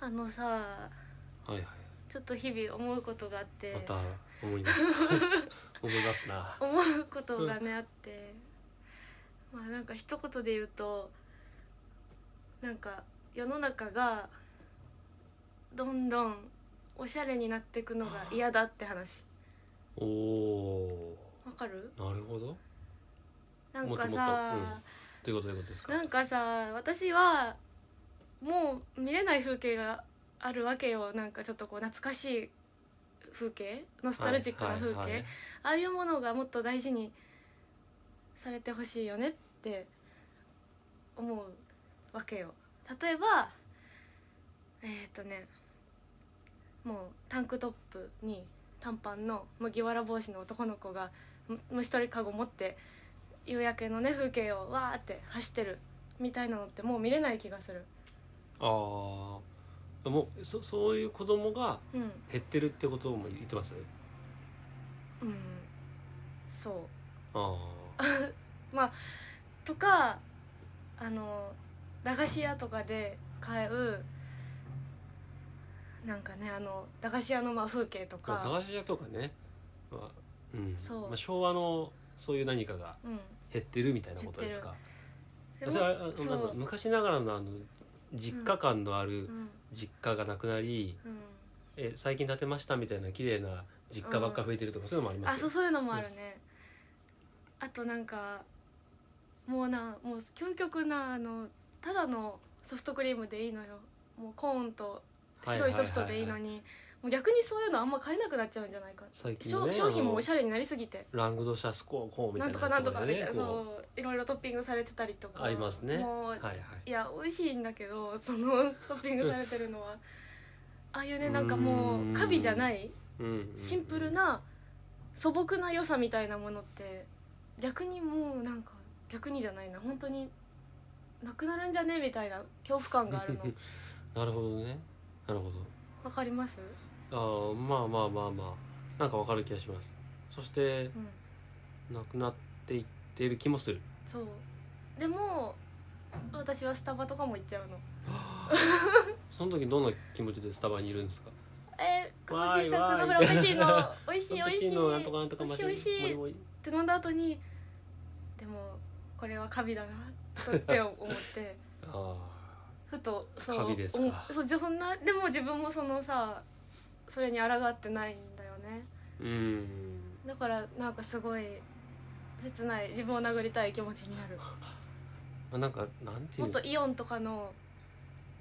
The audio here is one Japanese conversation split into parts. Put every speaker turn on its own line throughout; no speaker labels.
あのさ
はいはい
ちょっと日々思うことがあって
また思い 出す思い出すな
思うことがねあってまあなんか一言で言うとなんか世の中がどんどんおしゃれになっていくのが嫌だって話
おお
わかる
ーなるほど
なんか
もっともっとうん
さ
ということでいうことですか
なんかさ私はもう見れない風景があるわけよなんかちょっとこう懐かしい風景ノスタルジックな風景、
はいはいはい
ああいうものがもっと大事にされてほしいよねって思うわけよ例えばえーっ、とねもうタンクトップに短パンの麦わら帽子の男の子がむ虫取りかご持って夕焼けのね風景をわーって走ってるみたいなのってもう見れない気がする
ああもうそそういう子供が
うん
減ってるってことも言ってます
うんそう
あ
とかあの駄菓子屋とかで買うなんかねあの駄菓子屋のまあ風景と
あまあ駄
か、
菓子屋とかね、まあうん
そう
まあ、昭和のそういう何かが
うん、
減ってるみたいなことですか
で
それは
も
あの
そう
なんか昔ながらのあの実家感のある
うん
実家がなくなり、
うん
え最近建てましたみたいな綺麗な実家ばっか増えてるとか、そういうのもありま
あ
す
そう
よ
そういうのもあるね、あとなんかもうなもう究極なあのただのソフトクリームでいいのよもうコーンと白いソフトでいいのに、
は
もう逆にそういうのあんま買えなくなっちゃうんじゃないか、
最近の
商
ね
商品もおし
ゃ
ゃれになりすぎて
ラングドシャスコーコーンみ
ない
た
ん
な
とかなんとかみたい
や
な
つとかねこ
そういろいろトッピングされてたりと
う
か
ありますね
もう、
はいはい
い、や美味しいんだけどそのトッピングされてるのはああいうねなんか
う
も
ー
うんカビじゃない
うんうんうん
シンプルな素朴な良さみたいなものって逆にもうなんか逆にじゃないな本当になくなるんじゃねみたいな恐怖感があ るの
なるほどねなるほ
わかります、
どあーまあまあまあまあなんかわかる気がしますそして
うん、
なくなっていっている気もする
そうでも私はスタバとかも行っちゃうの
その時どんな気持ちでスタバにいるんですか
えー、この新作
わーい
のフラペチーノ
わ
美味しい美味しい
その時のなんとかなんとか
美味しい美味しい
もりもり
って飲んだ後にでもこれはカビだなって思って
あ
ふとそう
カビですか
おそうそんなでも自分もそのさそれに抗ってないんだよね
ーうん
だからなんかすごい切ない自分を殴りたい気持ちになる
まあなんかなんてい
も
う
っ
の
とイオンとかの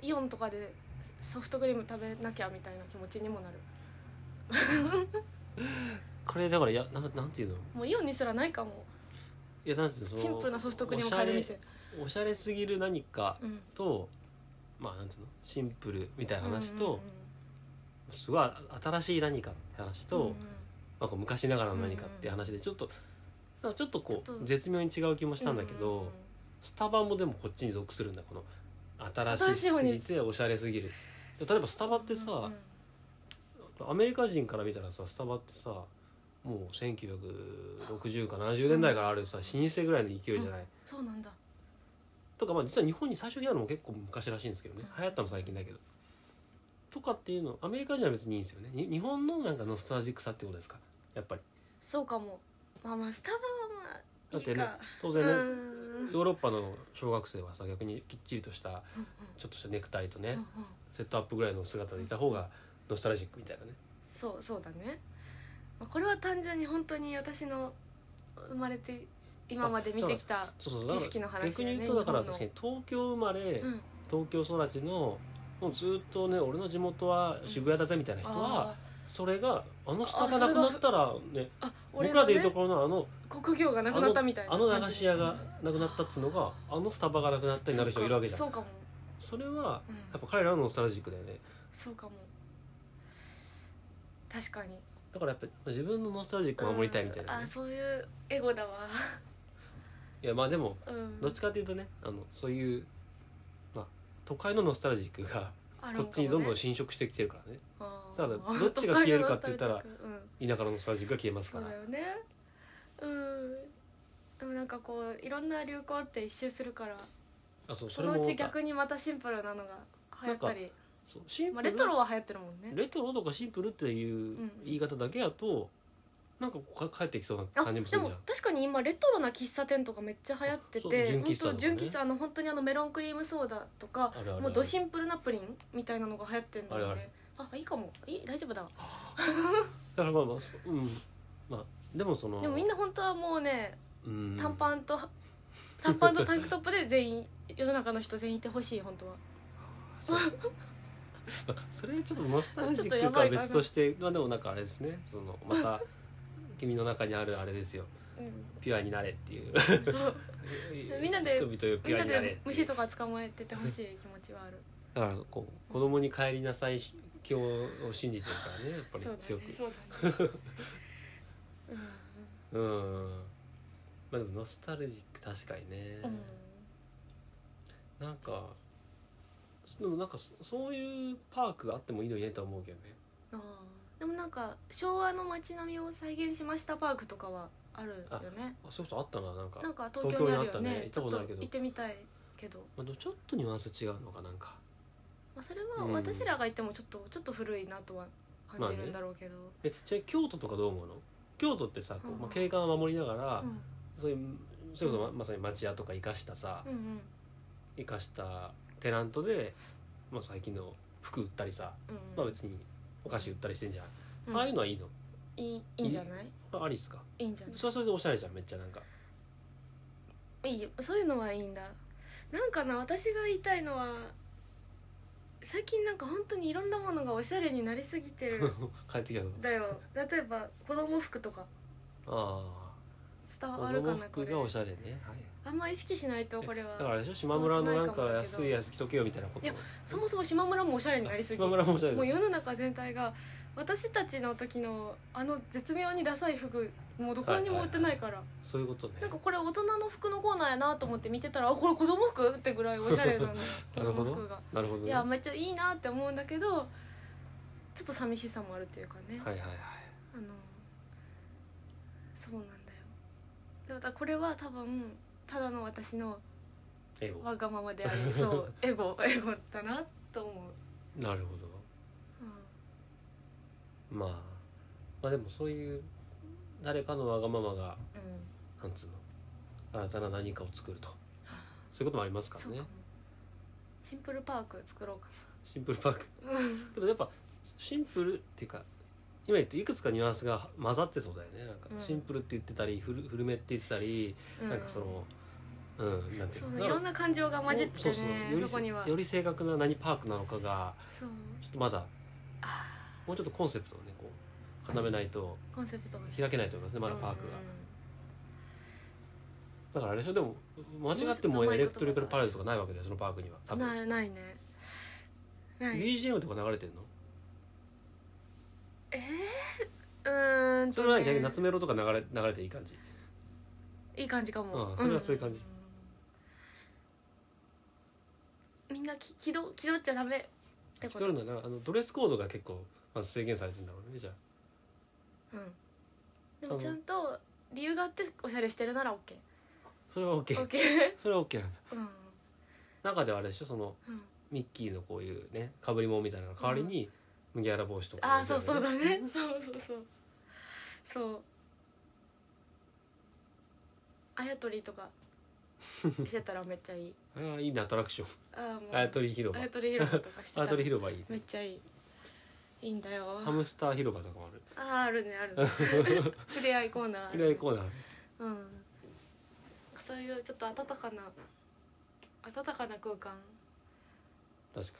イオンとかでソフトクリーム食べなきゃみたいな気持ちにもなる
これだからいやなんかなんていうの
もうイオンにすらないかも
いやなんていうのそ
シ
の
ンプルなソフトクリームを買える店
おしゃれすぎる何か
うん
と、まあなんつうのシンプルみたいな話と、
うんうんうん
すごい新しい何かって話と、
うんうん
まあ、こう昔ながらの何かって話でちょっと、なんかちょっとこ
ちょっと
う絶妙に違う気もしたんだけど、
うんうんうん
スタバもでもこっちに属するんだこの
新
新
し
し
い方
す
に
ぎておしゃれすぎるで例えばスタバってさ、
うんうん
アメリカ人から見たらさスタバってさもう1960か70年代からあるさ、老舗ぐらいの勢いじゃない、
そうなんだ
とかまあ実は日本に最初来たのも結構昔らしいんですけどね
うん
流行ったの最近だけどとかっていうのアメリカ人は別にいいんですよねに日本のなんかノスタルジックさってことですかやっぱり
そうかもまあまあスタバはまあ
だ
い
っ
い
てね
か
当
う
然ね、
ん
ヨーロッパの小学生はさ逆にきっちりとした
うんうん
ちょっとしたネクタイとね、
うんうん
セットアップぐらいの姿でいた方がノスタルジックみたいなね
そうそうだねまあこれは単純に本当に私の生まれて今まで見てきた
そうそうだ
景色の
から
話
逆
だよね
に言うとだから
日本の
確かに東京生まれ、
うん
東京育ちのもうずっとね俺の地元は渋谷だぜみたいな人は、
あー
それがあのスタバなくなったらね
あ俺
僕
の
ら
ね
でいうところのあの
国業がなくなったみたいな
あのあの駄菓子屋
っ
がなくなったっつうのがあのスタバがなくなったになる人がいるわけじゃん
そ
そう
かも
れは
そうかも、う
や
ん
っぱ彼らのノスタルジックだよね
そうかも確かに
だからやっぱ自分のノスタルジックを守りたいみたいな、
うん
ね
あそういうエゴだわ
いやまあでも
うん
どっちかっていうとねあのそういう、まあ、都会のノスタルジックが
あるのか
こ
もね
っちにどんどん侵食してきてるからね
あー
だからどっちが消えるかって言ったら
都会のノスタルジックうん
田舎のノスタルジックが消えます
そう
から
だよねうんでもなんかこういろんな流行って一周するから
あそう
そ
それ
の
も
うち
また
逆にまたシンプルなのが流行ったり
そうシンプ
まあ、
ル
レトロは流行ってるもんね
レトロとかシンプルっていう
うん
言い方だけやとなんかこうか帰ってきそうな
あ
感
で
じ
も
もするじゃん
確かに今レトロな喫茶店とかめっちゃ流行って
そう
て
純喫茶とか
本当
ね
純喫茶あの本当にあのメロンクリームソーダとか
あるあるある
もうドシンプルなプリンみたいなのが流行ってんだよ
あるあ
ねあいいかもいい大丈夫だ
だからまあまあそうんまあでもその
でもみんな本当はもうね
うん
短パンと短パンとタンクトップで全員世の中の人全員いてほしい本当は
そう それちょっとノスタルジッ
ちょ
ク
っとやば
か
いかな
別としてまあでもなんかあれですねそのまた君の中にあるあれですよピュアになれっていう
そう みんなで
人々よピ
みん
ュ
な
アになれっ
で
てい
虫
う
とか捕まえててほしい気持ちは ある
だからこう子供に帰りなさい今日を信じてるからねやっぱり
そうだね
強く
そうだね うん
うんまあでもノスタルジック確かにね、
うん
なんかでもなんかそそういうパークがあってもいいのにねとは思うけどね
あーでもなんか昭和の街並みを再現しましたパークとかはあるよね
あそうそうあったななんか
なんか東京にあるよ
東京にあったね
ね
行ったことないけ
ちょっ
ど
行ってみたいけど、
まあ、でもちょっとニュアンス違うのかなんか
まあ、それは
うん
私らが行ってもちょっとちょっと古いなとは感じるんだろうけど、
えじゃあ京都とかどう思うの京都ってさ、こう
うん
まあ、景観を守りながら、
うん
そういうそういうことままさに町屋とか生かしたさ
うんうん
生かしたテナントで、まあ、最近の服売ったりさ、
うん
まあ、別にお菓子売ったりしてんじゃん、
うん
ああいうのはいいの
いいいいんじゃない
あありっすか
いいんじゃな
それはそれでおしゃれじゃんめっちゃなんか
いいいよそういうのはいいんだなんかな私が言いたいのは最近なんか本当にいろんなものがおしゃれになりすぎてる
帰ってきたぞ
んだよ例えば子供服とか
あ
伝
あ
わ
子
るか
供
なこ
服
れ
がおしゃれね、はい、
あんま意識しないとこれ
だからあ
は
れでしょ島村のな
伝わ
んか
ってないかもだけど
安いやつ着とけよみたいなこと
いやそもそも島村もおしゃれになりすぎ
島村もおしゃれ
も
だ
う世の中全体が私たちの時のあの絶妙にダサい服もうどこにも売ってないから、
そういうことね
なんかこれ大人の服のコーナーやなと思って見てたらあこれ子供服ってぐらいおしゃれなの子
なる
供
ほど
服が
なるほ
い
どね
や
はい
めっちゃいいなって思うんだけどちょっと寂しさもあるっていうかね、
はいはい
あのそうなんだよでまたこれは多分ただの私の
エゴ
わがままでありそう エゴエゴだなと思う、
なるほど
う
まあまあでもそういう誰かのわがままが
んうん、
なんつうの新たな何かを作るとそういうこともありますか
そう
ら
か
ね
もシンプルパーク作ろうか
シンプルパーク
なうん
けどやっぱシンプルっていうか今言っていくつかニュアンスが混ざってそうだよねなんか
うん
シンプルって言ってたり古古めって言ってたり、なんかそのうんなんてい
そうう
の
ねいろんな感情が混じってね
そ
そう
そうより
こには
より正確な何パークなのかが
そう
ちょっとまだもうちょっとコンセプトをねこう固めないと
コンセプトが
開けないと思いますねまだパークが
うん、
だからあれでしょでも間違っても
もうちょっと前のところ
エレクトリカルパレードとかないわけだよそのパークには多分
ないないねない
BGM とか流れてんの
うーんとね
それは逆に夏メロとか流れ流れていい感じ
いい感じかも、
うんそれはそういう感じ
うんみんなき気取気取っちゃダメって
一
こと
人のなあのドレスコードが結構まず制限されてんだろうねじゃあ
うんでもちゃんと理由があっておしゃれしてるなら OK
それは OK
OK
それは OK なんだ
うん
中ではあれでしょその
うん
ミッキーのこういうねかぶり物みたいなの代わりに麦わら帽子とか
ああそう
全
そう
部ね
だね そうそうそうそうあやとりと かしてたらめっちゃいい
ああいいねアトラクション
あーもう
あやとり広
あ
場
やとり広場とかして
あ
た
や
ら
とり広場いい
めっちゃいいいいんだよ
ハムスター広場とかもある
あーあるねある ねふれあいコーナーあ
ふ
るね
れあいコーナー
うんそういうちょっと温かな温かな空間
確か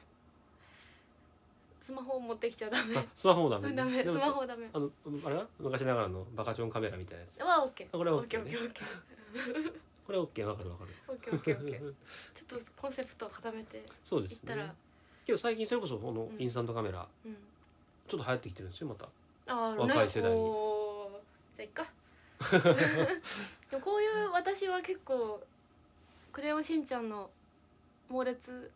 スマホを持ってきちゃダ
にあ
メ
スマホもダメ
ダメ
で
ス
も
マホダメ
あのあれは昔ながらのバカチョンカメラみたいなやつ
はオッケー
あこれは
オッケ
OK
ーオッ
ね
ケーオッケー
これは OK わかるわかる
オッケーオッケーオッケーちょっとコンセプトを固めていっ
そうです
た
ね
ら、
けど最近それこそこのインスタントカメラ
うん
ちょっと流行ってきてるんですよまた
ああ
若い世代に
おーじゃあいっか でもこういう私は結構「クレヨンしんちゃん」の猛烈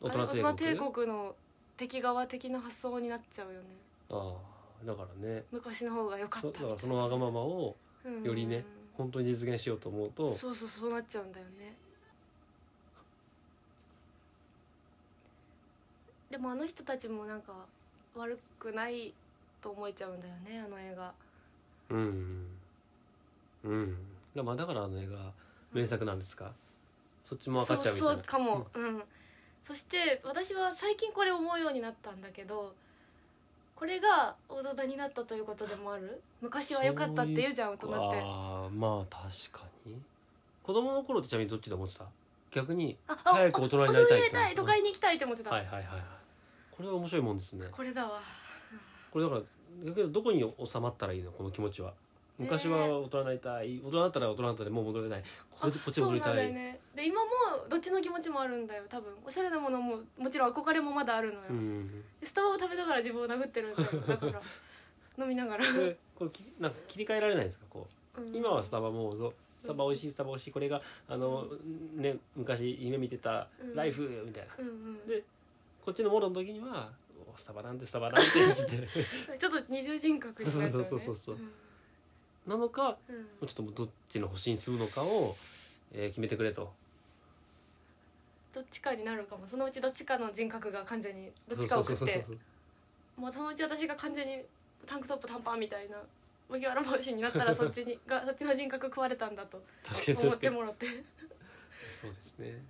大
あれ大
人
人
帝
帝
国
国の敵側的な発想になっちゃうよね
ああだからね
昔の方が良か
そ
っ
だ
た
からそのわがままを
うん
よりね本当に実現しようと思うと
そうそうそうなっちゃうんだよねでもあの人たちもなんか悪くないと思えちゃうんだよねあの映画
うんうんうんだまあだからあの映画名作なんですか、そっちも分かっちゃうみたい
そ
な
うそうかも、うんそして私は最近これ思うようになったんだけどこれが大人になったということでもある昔は良かったって言うじゃん大人って
ああまあ確かに子供の頃ってちなみにどっちで思ってた逆に
ああ
早く大人になりたいって思って
都会に行きたいって思ってた、
はいはいはいはいこれは面白いもんですね
これだわ
これだから逆にどこに収まったらいいのこの気持ちは昔は大人になりたい大人だったら大人だったでもう戻れないこれでこっちに
そう
戻り
なん
た
だよ
い
ねで今もどっちの気持ちもあるんだよ多分おしゃれなものももちろん憧れもまだあるのよ、
うん
でスタバを食べながら自分を殴ってるんだよだから 飲みながら、
これこれきなんか切り替えられないですかこう
うん
今はスタバもうぞスタバ美味しいスタバ美味しいこれがあの、ね、昔夢見てたライフみたいな、
うんうん
でこっちのモードの時にはおスタバなんてスタバなんてっつって
ちょっと二重人格になっちゃうね
そうそうそうそうそううんなのかも
うん
うちょっともうどっちの星に住むのかを、えー決めてくれと
どっちかになるかもそのうちどっちかの人格が完全にどっちかを食っ
そうそう
て
そうそう
もうそのうち私が完全にタンクトップ短パンみたいな麦わら帽子になったらそっちにがそっちの人格食われたんだと
確かに
思っ
確か
て
に
もらって
そうですね